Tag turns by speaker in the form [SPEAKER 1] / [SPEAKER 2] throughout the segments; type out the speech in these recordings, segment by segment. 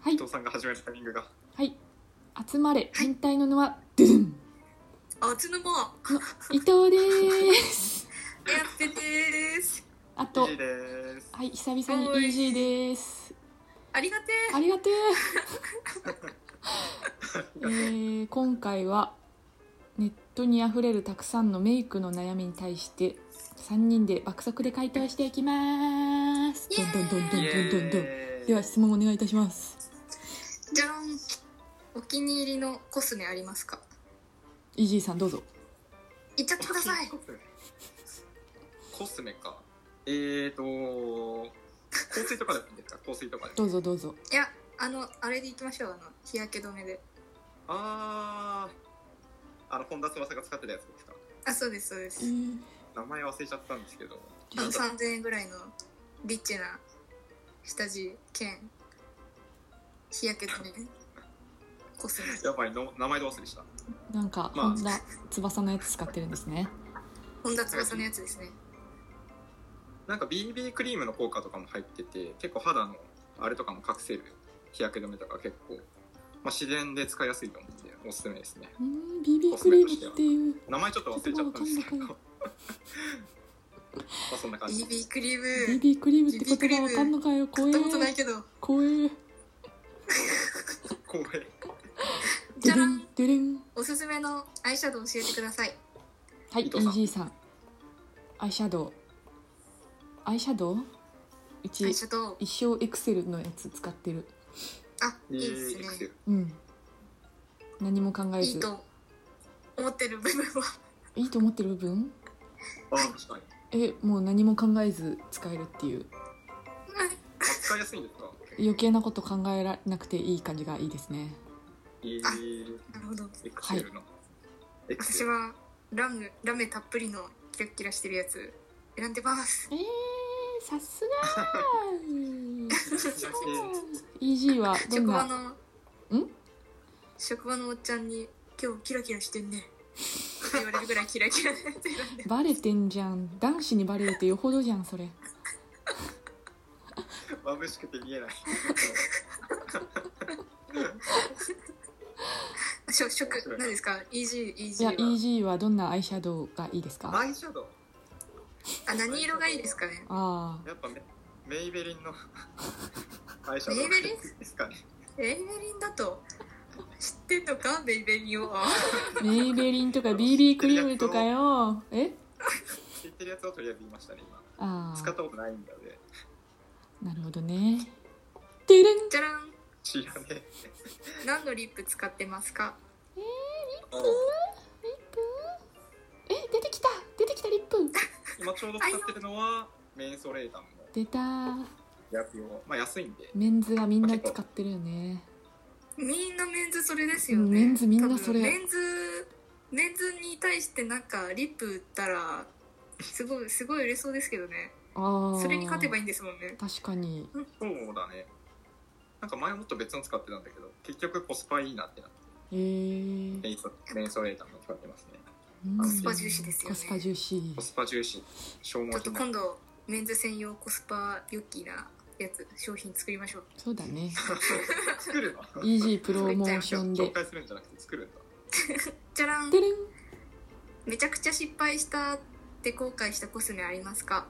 [SPEAKER 1] はい
[SPEAKER 2] 伊藤さんが始めるタイミングが
[SPEAKER 1] はい集まれ変態の沼ドゥドゥン
[SPEAKER 3] あつぬま
[SPEAKER 1] 伊藤 です
[SPEAKER 3] やってです
[SPEAKER 1] あ
[SPEAKER 2] イ
[SPEAKER 1] と
[SPEAKER 2] ジーです
[SPEAKER 1] はい久々
[SPEAKER 3] お
[SPEAKER 1] に
[SPEAKER 3] い
[SPEAKER 1] イージーです
[SPEAKER 3] ありがて
[SPEAKER 1] ありがて ええー今回はネットにあふれるたくさんのメイクの悩みに対して3人で爆速で回答していきます
[SPEAKER 3] イ
[SPEAKER 1] どん
[SPEAKER 3] エーイ
[SPEAKER 1] どんどんどん
[SPEAKER 2] イエ
[SPEAKER 1] どんどんどん
[SPEAKER 2] ーイ
[SPEAKER 1] では質問お願いいたします
[SPEAKER 3] ーじゃんお気に入りのコスメありますか
[SPEAKER 1] イージーさんどうぞ
[SPEAKER 3] 言っちゃってください
[SPEAKER 2] コスメコスメかえーと香水とかでもいいんですか香水とかで
[SPEAKER 1] どうぞどうぞ
[SPEAKER 3] いやあのあれでいきましょうあの日焼け止めで
[SPEAKER 2] あーあの本田翼が使ってたやつですか
[SPEAKER 3] あそうですそうで
[SPEAKER 1] え
[SPEAKER 3] す
[SPEAKER 1] ー
[SPEAKER 2] 名前忘れちゃったんですけど
[SPEAKER 3] あの3000円ぐらいのリッチな下地兼日焼け止めコスメ
[SPEAKER 2] やばいの名前ど忘れした
[SPEAKER 1] なんか
[SPEAKER 2] まあ
[SPEAKER 1] 本田翼のやつ使ってるんですね
[SPEAKER 3] 本田翼のやつですね
[SPEAKER 2] なんか BB クリームの効果とかも入ってて結構肌のあれとかも隠せる日焼け止めとか結構、まあ、自然で使いやすいと思うんでおすすめですね
[SPEAKER 1] うーん BB クリームっていう
[SPEAKER 2] 名前ちょっと忘れちゃったんですけど
[SPEAKER 1] ちょっとわかんな
[SPEAKER 2] まあそんな感じ
[SPEAKER 3] BB クリーム
[SPEAKER 1] BB クリームってことがわかんのかよ
[SPEAKER 3] 買
[SPEAKER 1] 怖
[SPEAKER 3] っ
[SPEAKER 1] え
[SPEAKER 3] たことないけど
[SPEAKER 1] 怖え
[SPEAKER 2] 光栄
[SPEAKER 1] ド
[SPEAKER 3] じ
[SPEAKER 1] ゥ
[SPEAKER 3] ゃ
[SPEAKER 1] ル
[SPEAKER 3] ら
[SPEAKER 1] ン
[SPEAKER 3] ん
[SPEAKER 1] ドゥルン
[SPEAKER 3] おすすめのアイシャドウ教えてください
[SPEAKER 1] はい、
[SPEAKER 2] 伊藤さん
[SPEAKER 1] EG さん。アイシャドウ。アイシャドウう
[SPEAKER 3] ア
[SPEAKER 1] ち
[SPEAKER 3] イシャドウ
[SPEAKER 1] 一生エクセルのやつ使ってる。
[SPEAKER 3] あい
[SPEAKER 2] い
[SPEAKER 3] い
[SPEAKER 2] い
[SPEAKER 3] です
[SPEAKER 2] エクセ
[SPEAKER 3] ね
[SPEAKER 2] ル
[SPEAKER 1] うん。何も考えず。
[SPEAKER 3] いいと思ってる部分はい
[SPEAKER 1] いと思ってる部分
[SPEAKER 2] あ確かに
[SPEAKER 1] え、もう何も考えず使えるっていう。
[SPEAKER 2] あ使いやすいんですか
[SPEAKER 1] 余計なこと考えられなくていい感じがいいですね。
[SPEAKER 2] いい
[SPEAKER 3] あなるほど
[SPEAKER 2] エクセルの、エクセ
[SPEAKER 3] 私
[SPEAKER 2] ル
[SPEAKER 3] はラムラメたっぷりのキラッキラしてるやつ選んでます
[SPEAKER 1] えー、さすが ー
[SPEAKER 2] さすが ー
[SPEAKER 1] EG はどん
[SPEAKER 3] 職場
[SPEAKER 1] な
[SPEAKER 3] の
[SPEAKER 1] ん
[SPEAKER 3] 職場のおっちゃんに「今日キラキラしてんね」って言われるぐらいキラキラ なやつ選んで
[SPEAKER 1] バレてんじゃん男子にバレるってよほどじゃんそれ
[SPEAKER 2] 眩しくて見えない
[SPEAKER 3] しょ職何ですか EG
[SPEAKER 1] いや EG
[SPEAKER 3] EG は
[SPEAKER 1] はどんなアイシャドウがいいですか
[SPEAKER 2] アイシャドウ
[SPEAKER 3] あ何色がいいですかね
[SPEAKER 1] ああ
[SPEAKER 2] やっぱメメイベリン のアイシャドウ
[SPEAKER 3] メイベリ
[SPEAKER 2] ですかね
[SPEAKER 3] エイベリンだと知ってんのかベイベリンを
[SPEAKER 1] メイベリンとか BB クリームとかよえ
[SPEAKER 2] 言ってるやつをとりあえず言いましたね今
[SPEAKER 1] あ
[SPEAKER 2] 使った
[SPEAKER 1] あ
[SPEAKER 2] ことないんだで
[SPEAKER 1] なるほどねてるん
[SPEAKER 3] じゃらん
[SPEAKER 2] 知らね え
[SPEAKER 3] 何のリップ使ってますか
[SPEAKER 2] あ
[SPEAKER 1] リップえ出てきた出てきたリップ
[SPEAKER 2] 今ちょうど使ってるのはメンソレータムの
[SPEAKER 1] 出たー
[SPEAKER 2] やつをまあ安いんで
[SPEAKER 1] メンズがみんな使ってるよね
[SPEAKER 3] みんなメンズそれですよね
[SPEAKER 1] メンズみんなそれ
[SPEAKER 3] 多分メンズメンズに対してなんかリップ売ったらすごいすごい売れそうですけどね
[SPEAKER 1] ああ
[SPEAKER 3] それに勝てばいいんですもんね
[SPEAKER 1] 確かに
[SPEAKER 2] そうだねなんか前もっと別の使ってたんだけど結局コスパいいなってなって
[SPEAKER 1] えー
[SPEAKER 2] メンソメンソレータムの使ってますね
[SPEAKER 1] うん
[SPEAKER 3] コスパ重視ですよね
[SPEAKER 1] コスパ重視
[SPEAKER 2] コスパ重視消
[SPEAKER 3] ちょ
[SPEAKER 2] 耗
[SPEAKER 3] っと
[SPEAKER 2] 品
[SPEAKER 3] 今度メンズ専用コスパヨッキーなやつ商品作りましょう
[SPEAKER 1] そうだね
[SPEAKER 2] 作るの
[SPEAKER 1] EG プロモーションで
[SPEAKER 2] 紹介するんじゃなくて作るんだ
[SPEAKER 3] じゃらん
[SPEAKER 1] てるん
[SPEAKER 3] めちゃくちゃ失敗したって後悔したコスメありますか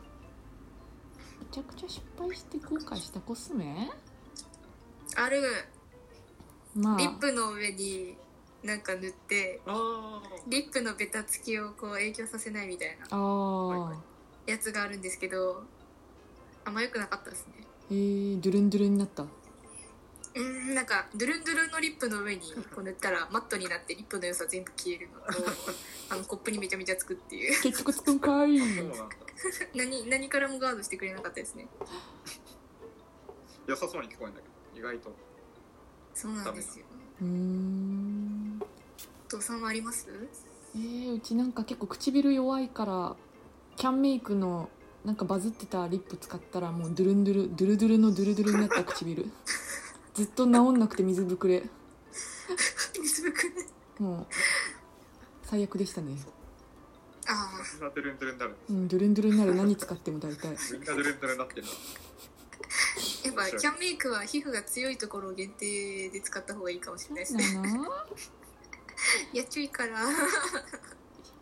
[SPEAKER 1] めちゃくちゃ失敗して後悔したコスメ
[SPEAKER 3] ある
[SPEAKER 1] まあ
[SPEAKER 3] リップの上になんか塗って
[SPEAKER 2] あ
[SPEAKER 3] リップのベタつきをこう影響させないみたいな
[SPEAKER 1] ああ
[SPEAKER 3] やつがあるんですけどあんま良くなかったですね
[SPEAKER 1] えー、ドゥルンドゥルンになった
[SPEAKER 3] うーんなんかドゥルンドゥルンのリップの上にこう塗ったらマットになってリップの良さ全部消えるのとあのコップにめちゃめちゃつくっていう
[SPEAKER 1] 結局つくんかい
[SPEAKER 2] そうなんだ
[SPEAKER 3] 何何からもガードしてくれなかったですね
[SPEAKER 2] 良さそうに聞こえるんだけど意外と
[SPEAKER 3] そうなんですよ
[SPEAKER 1] うーん
[SPEAKER 3] お父さんはあります
[SPEAKER 1] えー、うちなんか結構唇弱いからキャンメイクのなんかバズってたリップ使ったらもうドゥルンドゥルドゥルドゥルのドゥルドゥルになった唇ずっと治んなくて水ぶくれ
[SPEAKER 3] 水ぶくれ
[SPEAKER 1] もう最悪でしたね、
[SPEAKER 3] ああ
[SPEAKER 2] みんなドゥルンドゥルンになる
[SPEAKER 1] うん、ドゥルンドゥルになる何使っても大体
[SPEAKER 2] みんなドゥルンドゥルンになってる
[SPEAKER 3] やっぱ
[SPEAKER 2] 面白い
[SPEAKER 3] キャンメイクは皮膚が強いところを限定で使った方がいいかもしれないですね。
[SPEAKER 1] そうなの
[SPEAKER 3] いや、注意から。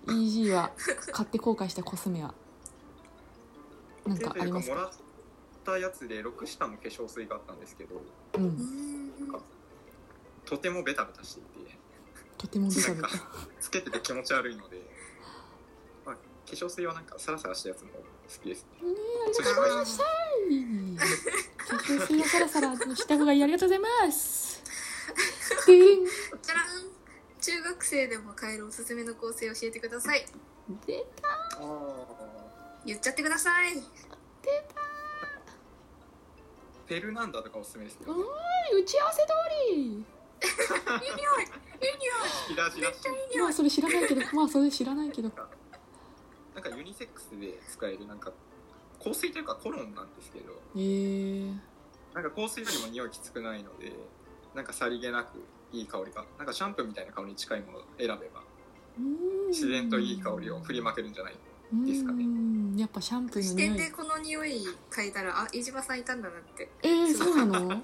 [SPEAKER 1] EG は買って後悔したコスメはなん
[SPEAKER 2] で
[SPEAKER 1] か
[SPEAKER 2] とい
[SPEAKER 1] あり
[SPEAKER 2] うか
[SPEAKER 1] ます
[SPEAKER 2] も
[SPEAKER 1] から
[SPEAKER 2] ったやつで6下の化粧水があったんですけど
[SPEAKER 1] う
[SPEAKER 3] うー
[SPEAKER 1] ん
[SPEAKER 3] ん。
[SPEAKER 2] とてもベタベタしていて
[SPEAKER 1] とてもベ タベタ
[SPEAKER 2] つけてて気持ち悪いので、まあ、化粧水はなんかサラサラしたやつも好きですね
[SPEAKER 1] ねえあり
[SPEAKER 2] そ
[SPEAKER 1] が
[SPEAKER 2] れ
[SPEAKER 1] とうござい
[SPEAKER 2] は
[SPEAKER 1] ます化粧水をサラサラした方がいいありがとうございますでん
[SPEAKER 3] じゃらん中学生でも買えるおすすめの構成教えてください。
[SPEAKER 1] で
[SPEAKER 2] あ
[SPEAKER 3] 言っちゃってください。
[SPEAKER 2] フェルナンダとかおすすめですね
[SPEAKER 1] うーい打ち合わせ通り
[SPEAKER 3] いい匂いいい匂
[SPEAKER 2] キラジラしい
[SPEAKER 3] いいい
[SPEAKER 1] ま
[SPEAKER 3] 匂
[SPEAKER 1] あ
[SPEAKER 3] い
[SPEAKER 1] それ知らないけどまあそれ知らないけど
[SPEAKER 2] なんかユニセックスで使えるなんか香水というかコロンなんですけど
[SPEAKER 1] えー、
[SPEAKER 2] なんか香水よりも匂いきつくないのでなんかさりげなくいい香りがなんかシャンプーみたいな香りに近いものを選べば
[SPEAKER 1] うん
[SPEAKER 2] 自然といい香りを振りまけるんじゃないですかね
[SPEAKER 1] うんやっぱシャンプーの
[SPEAKER 3] 視
[SPEAKER 1] 匂
[SPEAKER 3] 点
[SPEAKER 1] い
[SPEAKER 3] でこの匂い嗅いだら、あ、飯島さんいたんだなって。
[SPEAKER 1] えー、そうなの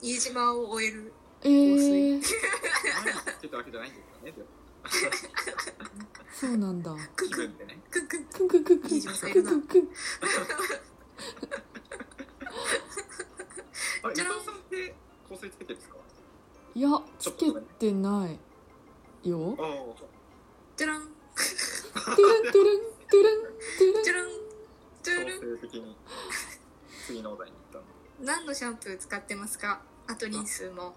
[SPEAKER 3] 飯島を終える。
[SPEAKER 1] えー、
[SPEAKER 2] 毎日ってたわけじゃないんですよねでも
[SPEAKER 1] そうなんだ
[SPEAKER 3] クン
[SPEAKER 2] 気
[SPEAKER 3] クン
[SPEAKER 2] 分でね
[SPEAKER 3] クンクン。
[SPEAKER 1] クンクンクンク
[SPEAKER 3] い
[SPEAKER 1] ン
[SPEAKER 3] い女性
[SPEAKER 1] ク
[SPEAKER 3] だ
[SPEAKER 1] ンクンクン
[SPEAKER 2] あれ伊藤
[SPEAKER 3] じゃらん
[SPEAKER 2] さんって香水つけてるんですか
[SPEAKER 1] いやつけてないよ
[SPEAKER 2] ああ
[SPEAKER 3] じゃらん
[SPEAKER 1] トゥルントゥルントゥルントゥ
[SPEAKER 3] じ
[SPEAKER 1] ル
[SPEAKER 3] ゃ
[SPEAKER 1] ン
[SPEAKER 3] らんじゃらん
[SPEAKER 2] 強制的に次のお題に行っ
[SPEAKER 3] 何のシャンプー使ってますかあとリンスも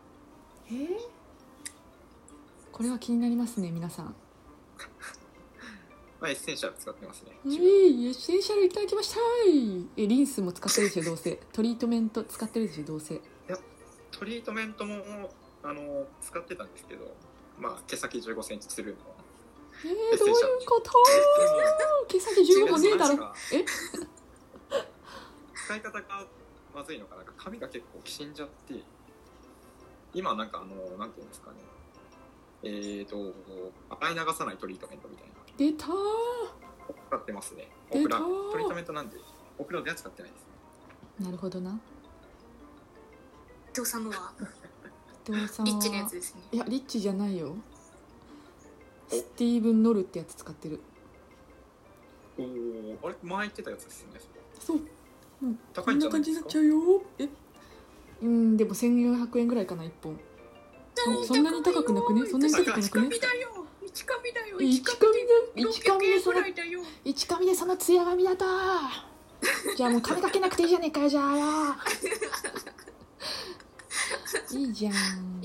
[SPEAKER 1] えーこれは気になりますね皆さん
[SPEAKER 2] たの、まあ、エッセンシャル使ってますね、
[SPEAKER 1] え
[SPEAKER 2] 自分
[SPEAKER 1] ー、エッセンシャルいただきましたいえリンスも使ってるでしょどうせトリートメント使ってるでしょどうせ
[SPEAKER 2] トリートメントもあの使ってたんですけど、まあ、毛先1 5センチするの
[SPEAKER 1] えー、どういうこと毛先
[SPEAKER 2] でも
[SPEAKER 1] 15もねえだ
[SPEAKER 2] なん
[SPEAKER 1] ろ
[SPEAKER 2] か
[SPEAKER 1] え
[SPEAKER 2] 使い方がまずいのかなんか髪が結構きしんじゃって今なんかあのなんていうんですかねえーと洗い流さないトリートメントみたいなの
[SPEAKER 1] 出たー
[SPEAKER 2] 使ってますねオ
[SPEAKER 1] 出
[SPEAKER 2] ク
[SPEAKER 1] た
[SPEAKER 2] ラ
[SPEAKER 1] ー
[SPEAKER 2] トリートメントなんでオクラでは使ってないですね
[SPEAKER 1] なるほどな
[SPEAKER 3] ドサムは
[SPEAKER 1] 伊藤さんは
[SPEAKER 3] リッチのやつですね
[SPEAKER 1] いやリッチじゃないよスティーブン・ノルってやつ使ってる
[SPEAKER 2] おおあれ前言ってたやつですよねそれ
[SPEAKER 1] そう
[SPEAKER 2] 高
[SPEAKER 1] こ
[SPEAKER 2] い
[SPEAKER 1] ん
[SPEAKER 2] んじ
[SPEAKER 1] な
[SPEAKER 2] ゃない
[SPEAKER 1] 感
[SPEAKER 2] で
[SPEAKER 1] じに
[SPEAKER 2] す
[SPEAKER 1] なっ
[SPEAKER 2] か
[SPEAKER 1] ちゃうよえうんでも1400円ぐらいかな1本そそんなに高くなくねそんなに高くなくね
[SPEAKER 3] 一紙だよ一紙だよ
[SPEAKER 1] 一
[SPEAKER 3] 一
[SPEAKER 1] 紙
[SPEAKER 3] 紙
[SPEAKER 1] で一
[SPEAKER 3] だよ
[SPEAKER 1] 紙で
[SPEAKER 3] 600円
[SPEAKER 1] そ
[SPEAKER 3] ぐ
[SPEAKER 1] の
[SPEAKER 3] らいだよ
[SPEAKER 1] 一紙でその艶髪だとじゃあもう金かけなくていいじゃねえかよじゃあよいいじゃん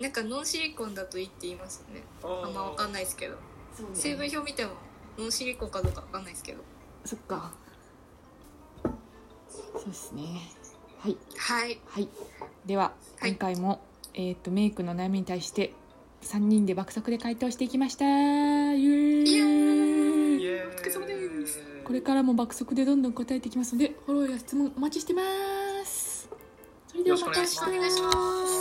[SPEAKER 3] なんかノンシリコンだといいって言いますよねあんまわかんないですけど成分表見てもノンシリコンかどうかわかんないですけど
[SPEAKER 1] そっかそうですねはい
[SPEAKER 3] はい
[SPEAKER 1] はい、では
[SPEAKER 3] はい
[SPEAKER 1] 今回も、えー、とメイクの悩みに対して3人で爆速で回答していきましたイエーイ
[SPEAKER 3] イエー
[SPEAKER 2] イエーイ
[SPEAKER 3] お疲れ様です
[SPEAKER 1] これからも爆速でどんどん答えていきますのでフォローや質問お待ちしてますそれではまた
[SPEAKER 2] よ
[SPEAKER 1] 明
[SPEAKER 2] ろ
[SPEAKER 1] 日
[SPEAKER 2] し
[SPEAKER 3] くお願いしますお願いします